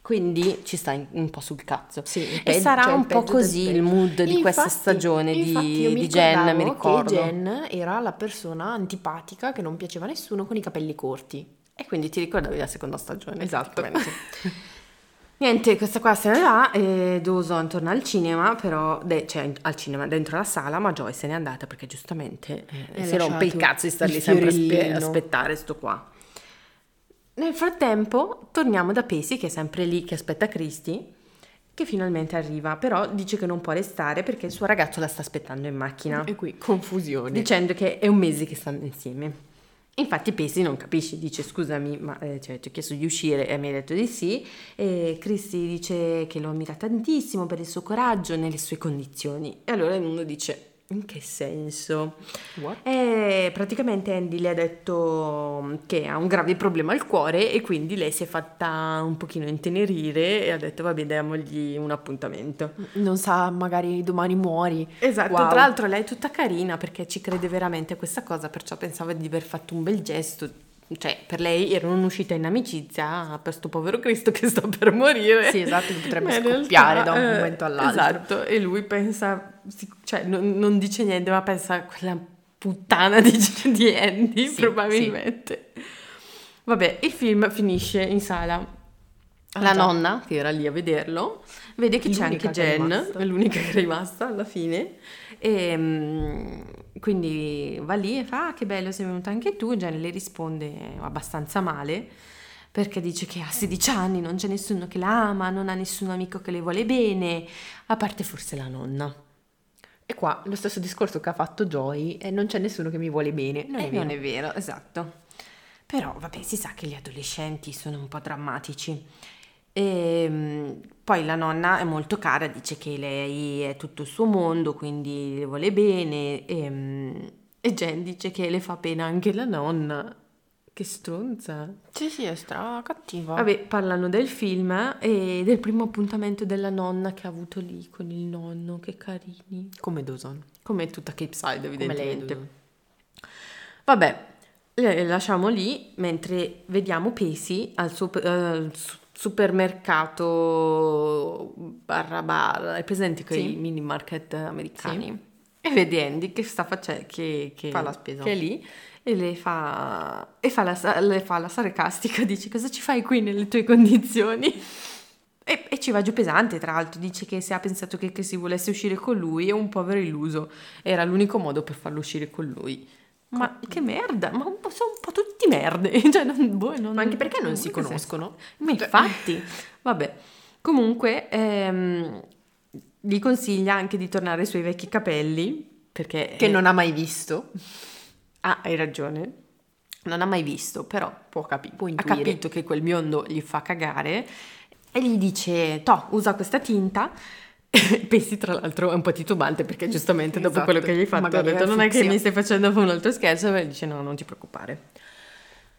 S1: Quindi ci sta in- un po' sul cazzo.
S2: Sì, il
S1: e
S2: peggio-
S1: sarà
S2: cioè, il
S1: un po'
S2: peggio del
S1: così
S2: peggio.
S1: il mood di questa
S2: Infatti-
S1: stagione di,
S2: infatti io
S1: di Jen, mi
S2: ricordavo
S1: ricordo.
S2: Che Jen era la persona antipatica che non piaceva a nessuno con i capelli corti.
S1: E quindi ti ricordavi la seconda stagione.
S2: Esatto.
S1: praticamente. *laughs* Niente, questa qua se ne va e Dawson torna al cinema, però, de- cioè al cinema, dentro la sala, ma Joy se n'è andata perché giustamente eh,
S2: Ha
S1: si rompe il
S2: lasciato
S1: cazzo di star
S2: il
S1: lì sempre a spe-
S2: fiorellino.
S1: aspettare sto qua. Nel frattempo torniamo da Pesi che è sempre lì che aspetta Christy, che finalmente arriva, però dice che non può restare perché il suo ragazzo la sta aspettando in macchina
S2: E qui confusione.
S1: dicendo che è un mese che stanno insieme. Infatti Pesi non capisce, dice scusami, ma eh, cioè, ti ho chiesto di uscire e mi hai detto di sì. E Christy dice che lo ammira tantissimo per il suo coraggio e nelle sue condizioni. E allora uno dice, in che senso?
S2: What?
S1: E praticamente Andy le ha detto che ha un grave problema al cuore e quindi lei si è fatta un pochino intenerire e ha detto vabbè diamogli un appuntamento.
S2: Non sa, magari domani muori.
S1: Esatto,
S2: Wow.
S1: tra l'altro lei è tutta carina perché ci crede veramente a questa cosa, perciò pensava di aver fatto un bel gesto. Cioè, per lei era un'uscita in amicizia per sto povero Cristo che sta per morire.
S2: Sì, esatto, che potrebbe
S1: Ma *laughs* in
S2: scoppiare da un
S1: eh,
S2: momento all'altro.
S1: Esatto, e lui pensa, si- cioè, non, non dice niente, ma pensa a quella puttana di, *laughs* di Andy, probabilmente. Vabbè, il film finisce in sala. la
S2: già.
S1: nonna, che era lì a vederlo, vede che c'è
S2: L'unica
S1: anche
S2: che è
S1: Jen,
S2: rimasta.
S1: è l'unica che è rimasta alla fine. E mm, quindi va lì e fa: "Ah, Che bello, sei venuta anche tu. Jen le risponde abbastanza male perché dice che ha 16 anni, non c'è nessuno che la ama, non ha nessun amico che le vuole bene, a parte forse la nonna.
S2: E qua lo stesso discorso che ha fatto Joy e non c'è nessuno che mi vuole bene. Non
S1: Eh,
S2: è vero.
S1: vero, esatto. Però vabbè, si sa che gli adolescenti sono un po' drammatici. E, mh, poi la nonna è molto cara, dice che lei è tutto il suo mondo, quindi le vuole bene. E, mh, e Jen dice che le fa pena anche la nonna. Che stronza.
S2: Sì, sì, è stra cattiva.
S1: Vabbè, parlano del film e del primo appuntamento della nonna che ha avuto lì con il nonno, che carini.
S2: Come Dawson.
S1: Come tutta Cape Side,
S2: Come lei,
S1: evidentemente.
S2: Dawson.
S1: Vabbè, le lasciamo lì mentre vediamo Pesi al suo- eh, su- supermercato barra barra, è presente quei
S2: Sì.
S1: mini market americani? E vedi Andy che sta facendo, che, che-
S2: Fa la spesa.
S1: Che è lì e le fa, e fa la, sa- le fa la sarcastica, dice cosa ci fai qui nelle tue condizioni? E, e ci va giù pesante, tra l'altro, dice che se ha pensato che, che si volesse uscire con lui è un povero illuso, era l'unico modo per farlo uscire con lui. Ma che merda, ma un po'- sono un po' tutti merde, *laughs* cioè non, boh, non-
S2: Ma anche perché non si
S1: che senso.
S2: conoscono? Cioè,
S1: Ma infatti, vabbè. Comunque, ehm, gli consiglia anche di tornare sui vecchi capelli, perché...
S2: Che non ha mai visto.
S1: Ah, hai ragione. Non ha mai visto, però può capi-
S2: Può
S1: ha
S2: intuire.
S1: capito che quel biondo gli fa cagare e gli dice, toh, usa questa tinta. *laughs* Pensi tra l'altro è un po' titubante perché giustamente dopo
S2: Esatto.
S1: quello che gli hai fatto ha
S2: Magari
S1: detto
S2: era
S1: non è che
S2: fucsia."
S1: mi stai facendo un altro scherzo e dice no non ti preoccupare.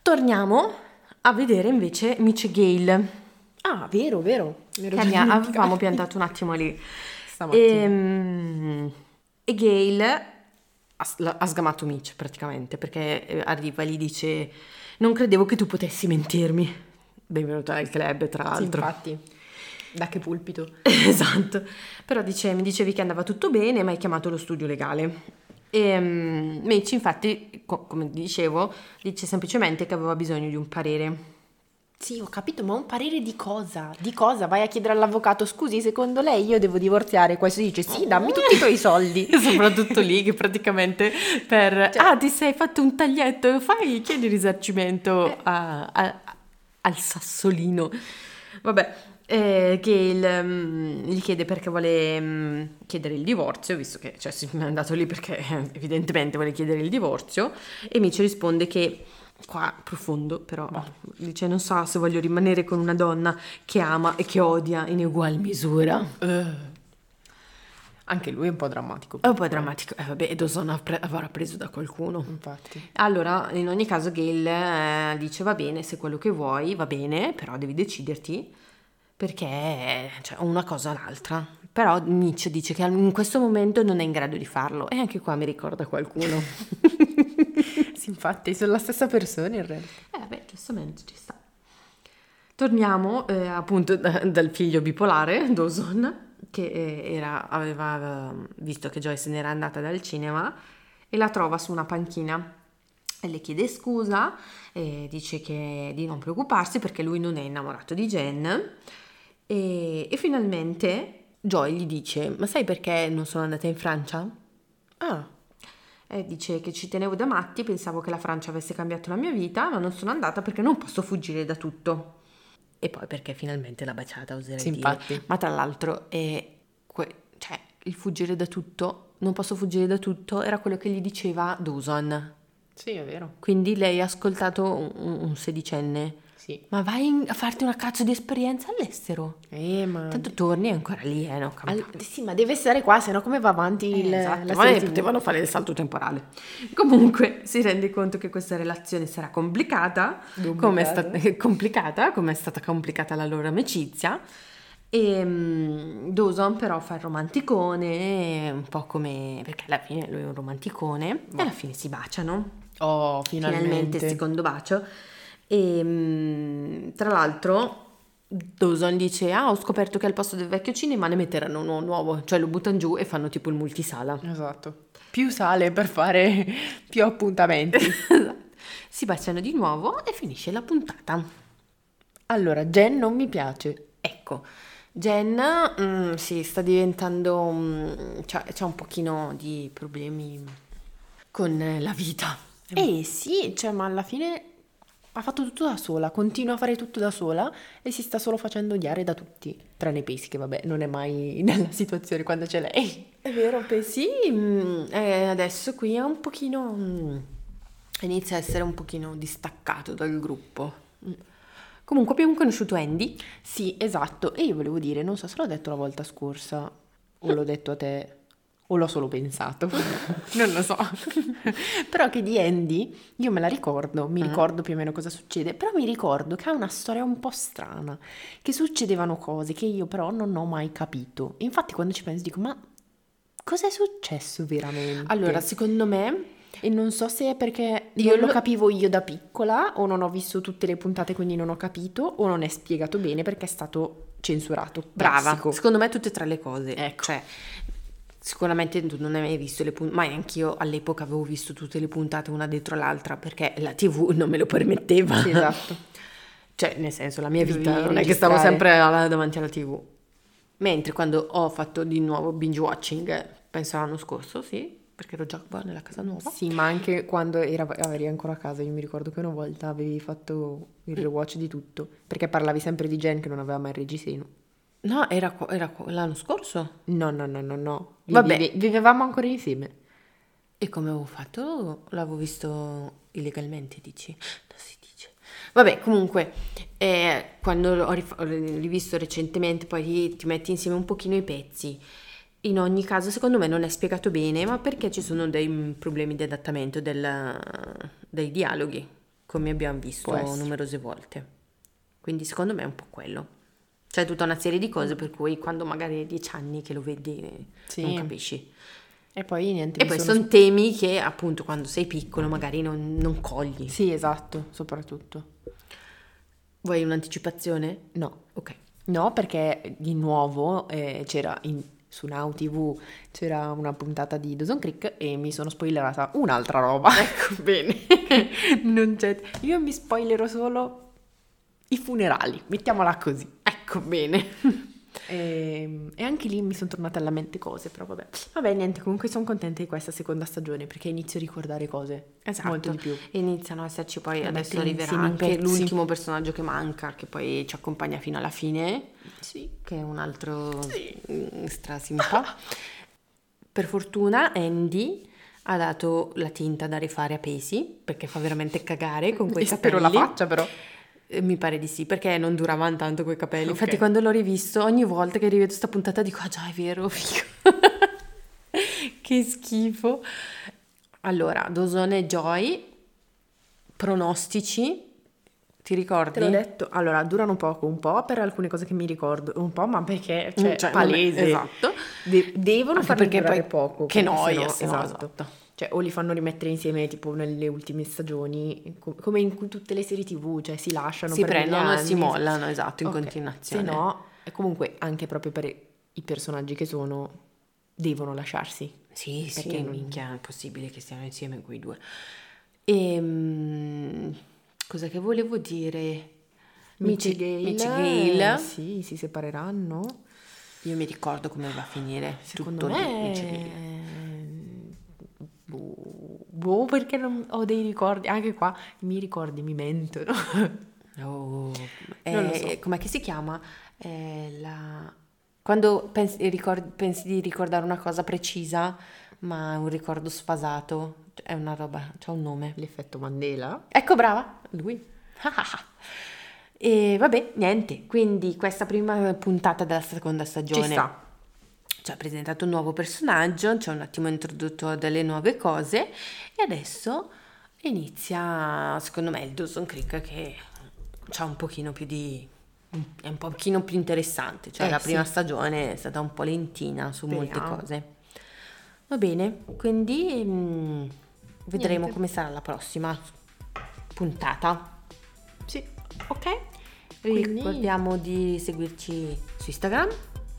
S1: Torniamo a vedere invece Mitch Gale
S2: Ah, vero, vero. Mi ero
S1: che
S2: già
S1: abbia-
S2: dimenticata.
S1: avevamo piantato un attimo lì.
S2: *laughs* Stamattina.
S1: Ehm, E, Gail ha, s- la- ha sgamato Mitch praticamente perché eh, arriva e gli dice non credevo che tu potessi mentirmi. Benvenuta al club tra
S2: Sì,
S1: l'altro.
S2: infatti. Da che pulpito?
S1: *laughs* esatto. Però dice, mi dicevi che andava tutto bene ma hai chiamato lo studio legale. E mm, Mitch infatti, co- come dicevo, dice semplicemente che aveva bisogno di un parere.
S2: Sì, ho capito, ma un parere di cosa? Di cosa? Vai a chiedere all'avvocato, scusi, secondo lei io devo divorziare? Questo dice, sì, dammi tutti i tuoi soldi.
S1: *laughs* soprattutto lì che praticamente per ah ti sei fatto un taglietto fai chiedi risarcimento a- a- al sassolino vabbè eh, Gail mm, gli chiede perché vuole mm, chiedere il divorzio visto che cioè, si è andato lì perché *laughs* eh, evidentemente vuole chiedere il divorzio e Mitch risponde che qua profondo però dice non so se voglio rimanere con una donna che ama e che odia in ugual misura
S2: Eh. Anche lui è un po' drammatico.
S1: È un po' drammatico. Eh, vabbè, Dawson av- avrà preso da qualcuno.
S2: Infatti.
S1: Allora, in ogni caso, Gail eh, dice: Va bene, se quello che vuoi va bene, però devi deciderti perché cioè, una cosa o l'altra. Però Mitch dice che al- in questo momento non è in grado di farlo. E anche qua mi ricorda qualcuno.
S2: *laughs*
S1: *laughs*
S2: Sì, infatti, sono la stessa persona in realtà.
S1: Eh vabbè, giustamente ci sta. Torniamo eh, appunto *laughs* da- dal figlio bipolare, Dawson, che eh, era- aveva eh, visto che Joyce se n'era andata dal cinema e la trova su una panchina. E le chiede scusa, e dice che di non preoccuparsi perché lui non è innamorato di Jen. E, e finalmente Joy gli dice, ma sai perché non sono andata in Francia?
S2: Ah,
S1: E dice che ci tenevo da matti, pensavo che la Francia avesse cambiato la mia vita, ma non sono andata perché non posso fuggire da tutto. E poi perché finalmente l'ha baciata, oserei
S2: Sì,
S1: dire.
S2: infatti.
S1: Ma tra l'altro, eh, que- cioè, il fuggire da tutto, non posso fuggire da tutto, era quello che gli diceva Dawson.
S2: sì, è vero.
S1: Quindi lei ha ascoltato un, un- un sedicenne.
S2: Sì.
S1: Ma vai in- a farti una cazzo di esperienza all'estero.
S2: Eh, ma...
S1: Tanto torni ancora lì, eh, no?
S2: Al- Sì, ma deve stare qua, sennò come va avanti
S1: Eh,
S2: il...
S1: esatto,
S2: la
S1: ma
S2: serie TV?
S1: potevano fare il salto temporale. Comunque si rende conto che questa relazione sarà complicata,
S2: Complicata.
S1: come è stata complicata, come è stata complicata la loro amicizia. E mm, Dawson però fa il romanticone, un po' come perché alla fine lui è un romanticone e alla fine si baciano
S2: Oh,
S1: finalmente
S2: finalmente.
S1: il secondo bacio. E mm, tra l'altro Dawson dice: Ah, ho scoperto che al posto del vecchio cinema ne metteranno uno nuovo, cioè lo buttano giù e fanno tipo il multisala.
S2: Esatto. Più sale per fare *laughs* più appuntamenti.
S1: Esatto. si baciano di nuovo e finisce la puntata.
S2: *laughs* Allora, Jen non mi piace.
S1: Ecco, Jen mm, sì, sta diventando, mm, c'ha, c'ha un pochino di problemi con eh, la vita.
S2: Eh sì, cioè, ma alla fine ha fatto tutto da sola, continua a fare tutto da sola e si sta solo facendo odiare da tutti, tranne Pace che vabbè non è mai *laughs* nella situazione quando c'è lei.
S1: È vero, beh, sì, mm, eh, adesso qui è un pochino, mm, inizia a essere un pochino distaccato dal gruppo. Mm. Comunque abbiamo conosciuto Andy,
S2: Sì, esatto, e io volevo dire, non so se l'ho detto la volta scorsa o l'ho detto a te o l'ho solo pensato, *laughs* non lo so, *laughs* però che di Andy io me la ricordo, mi ricordo più o meno cosa succede, però mi ricordo che ha una storia un po' strana, che succedevano cose che io però non ho mai capito. Infatti quando ci penso dico, ma cos'è successo veramente?
S1: allora secondo me
S2: E non so se è perché
S1: Io
S2: io
S1: lo-
S2: lo capivo io da piccola o non ho visto tutte le puntate quindi non ho capito o non è spiegato bene perché è stato censurato.
S1: Brava,
S2: *laughs* Classico.
S1: secondo me tutte e tre le cose.
S2: Ecco.
S1: Cioè, sicuramente tu non hai mai visto le puntate, ma anch'io all'epoca avevo visto tutte le puntate una dietro l'altra perché la TV non me lo permetteva.
S2: Sì, esatto.
S1: Cioè, nel senso, la mia
S2: Dovevi
S1: vita non è che stavo
S2: registrare.
S1: sempre alla- davanti alla TV. Mentre quando ho fatto di nuovo binge watching, eh, penso l'anno scorso, sì, perché ero già qua nella casa nuova.
S2: Sì, ma anche quando era- eri ancora a casa, io mi ricordo che una volta avevi fatto il rewatch di tutto, perché parlavi sempre di Jen che non aveva mai il reggiseno.
S1: No, era, qua- era qua- l'anno scorso.
S2: No, no, no, no, no.
S1: Vabbè.
S2: Vive- vivevamo ancora insieme.
S1: E come avevo fatto? L'avevo visto illegalmente, dici? Non si dice. Vabbè, comunque, eh, quando l'ho rif- ho rivisto recentemente, poi ti metti insieme un pochino i pezzi. In ogni caso, secondo me non è spiegato bene, ma perché ci sono dei mm, problemi di adattamento della- dei dialoghi, come abbiamo visto
S2: Può essere.
S1: numerose volte. Quindi secondo me è un po' quello. C'è tutta una serie di cose per cui quando magari hai dieci anni che lo vedi eh,
S2: Sì.
S1: non capisci.
S2: E poi niente.
S1: E
S2: mi
S1: poi
S2: sono-
S1: sono temi che appunto quando sei piccolo magari non, non cogli.
S2: Sì, esatto, soprattutto.
S1: Vuoi un'anticipazione?
S2: No.
S1: *laughs* Ok.
S2: No, perché di nuovo eh, c'era in- su Now TV c'era una puntata di Dawson Creek e mi sono spoilerata un'altra roba. *laughs* Ecco, bene. non c'è. Io mi spoilerò solo i funerali, mettiamola così.
S1: *laughs* Ecco bene.
S2: Ehm, E, anche lì mi sono tornate alla mente cose, però vabbè. Vabbè, niente, comunque sono contenta di questa seconda stagione perché inizio a ricordare cose.
S1: Esatto.
S2: Molto di più.
S1: Iniziano a esserci poi,
S2: A
S1: adesso
S2: mettere
S1: arriverà
S2: insieme i
S1: anche
S2: pezzi.
S1: l'ultimo personaggio che manca, che poi ci accompagna fino alla fine,
S2: Sì.
S1: che è un altro
S2: Sì.
S1: mm, strasimpa. per fortuna Andy ha dato la tinta da rifare a Pesi, perché fa veramente cagare con quei
S2: E
S1: capelli.
S2: spero la faccia però.
S1: Eh, Mi pare di sì, perché non duravano tanto quei capelli.
S2: Ok.
S1: Infatti, quando l'ho rivisto, ogni volta che rivedo sta puntata dico: Ah, già, è vero, *laughs* figo. che schifo. Allora, Dosone e Joy, pronostici. Ti ricordi?
S2: Te l'ho detto, allora durano poco, un po' per alcune cose che mi ricordo, un po' ma perché
S1: Mm,
S2: cioè,
S1: cioè, vabbè,
S2: palese.
S1: esatto.
S2: De- devono
S1: Anche
S2: farli
S1: perché
S2: durare
S1: poi-
S2: poco.
S1: che
S2: perché
S1: noia,
S2: sennò-
S1: se no,
S2: esatto.
S1: esatto.
S2: Cioè, o li fanno rimettere insieme tipo nelle ultime stagioni, com- come in cui tutte le serie TV, cioè si lasciano
S1: Si
S2: per degli
S1: prendono e si
S2: anni.
S1: mollano, esatto, in
S2: Ok,
S1: continuazione.
S2: Se no, e comunque anche proprio per i personaggi che sono devono lasciarsi.
S1: Sì,
S2: Perché
S1: sì,
S2: non-
S1: minchia, è impossibile che stiano insieme quei due. Ehm, cosa che volevo dire? Mici
S2: Gale,
S1: Mici
S2: eh,
S1: Gale.
S2: Sì, si separeranno.
S1: Io mi ricordo come va a finire.
S2: Secondo
S1: tutto lì,
S2: me...
S1: Mici Gale.
S2: Boh, boh, perché non ho dei ricordi, anche qua i miei ricordi mi mentono. *laughs*
S1: Oh,
S2: Non lo
S1: eh,
S2: so.
S1: Com'è che si chiama? Eh, la- Quando pensi, ricor- pensi di ricordare una cosa precisa, ma è un ricordo sfasato, è una roba, c'ha un nome.
S2: L'effetto Mandela?
S1: Ecco, brava, lui. e vabbè, niente. Quindi questa prima puntata della seconda stagione
S2: Ci sta.
S1: ci ha presentato un nuovo personaggio, ci ha un attimo introdotto delle nuove cose e adesso inizia, secondo me, il Dawson Creek che ha un pochino più di... è un pochino più interessante, cioè
S2: Eh,
S1: la
S2: sì.
S1: prima stagione è stata un po' lentina su molte
S2: Speriamo.
S1: cose. Va bene, quindi mm, vedremo
S2: Niente.
S1: come sarà la prossima puntata.
S2: Sì.
S1: Ok?
S2: Quindi-
S1: Ricordiamo di seguirci su Instagram,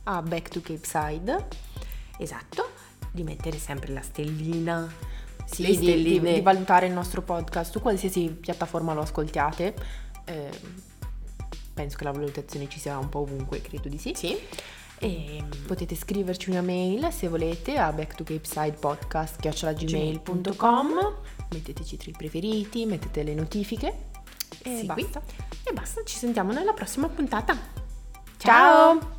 S2: Ah, Back to Cape Side.
S1: esatto, di mettere sempre la stellina.
S2: Sì,
S1: le
S2: di- di,
S1: stelline.
S2: di valutare il nostro podcast su qualsiasi piattaforma lo ascoltiate. Eh, penso che la valutazione ci sia un po' ovunque, credo di sì.
S1: Sì.
S2: E potete scriverci una mail se volete a backtocapeside.podcast@gmail.com. Metteteci tra i preferiti, mettete le notifiche e
S1: Segui.
S2: basta.
S1: E basta, ci sentiamo nella prossima puntata.
S2: Ciao.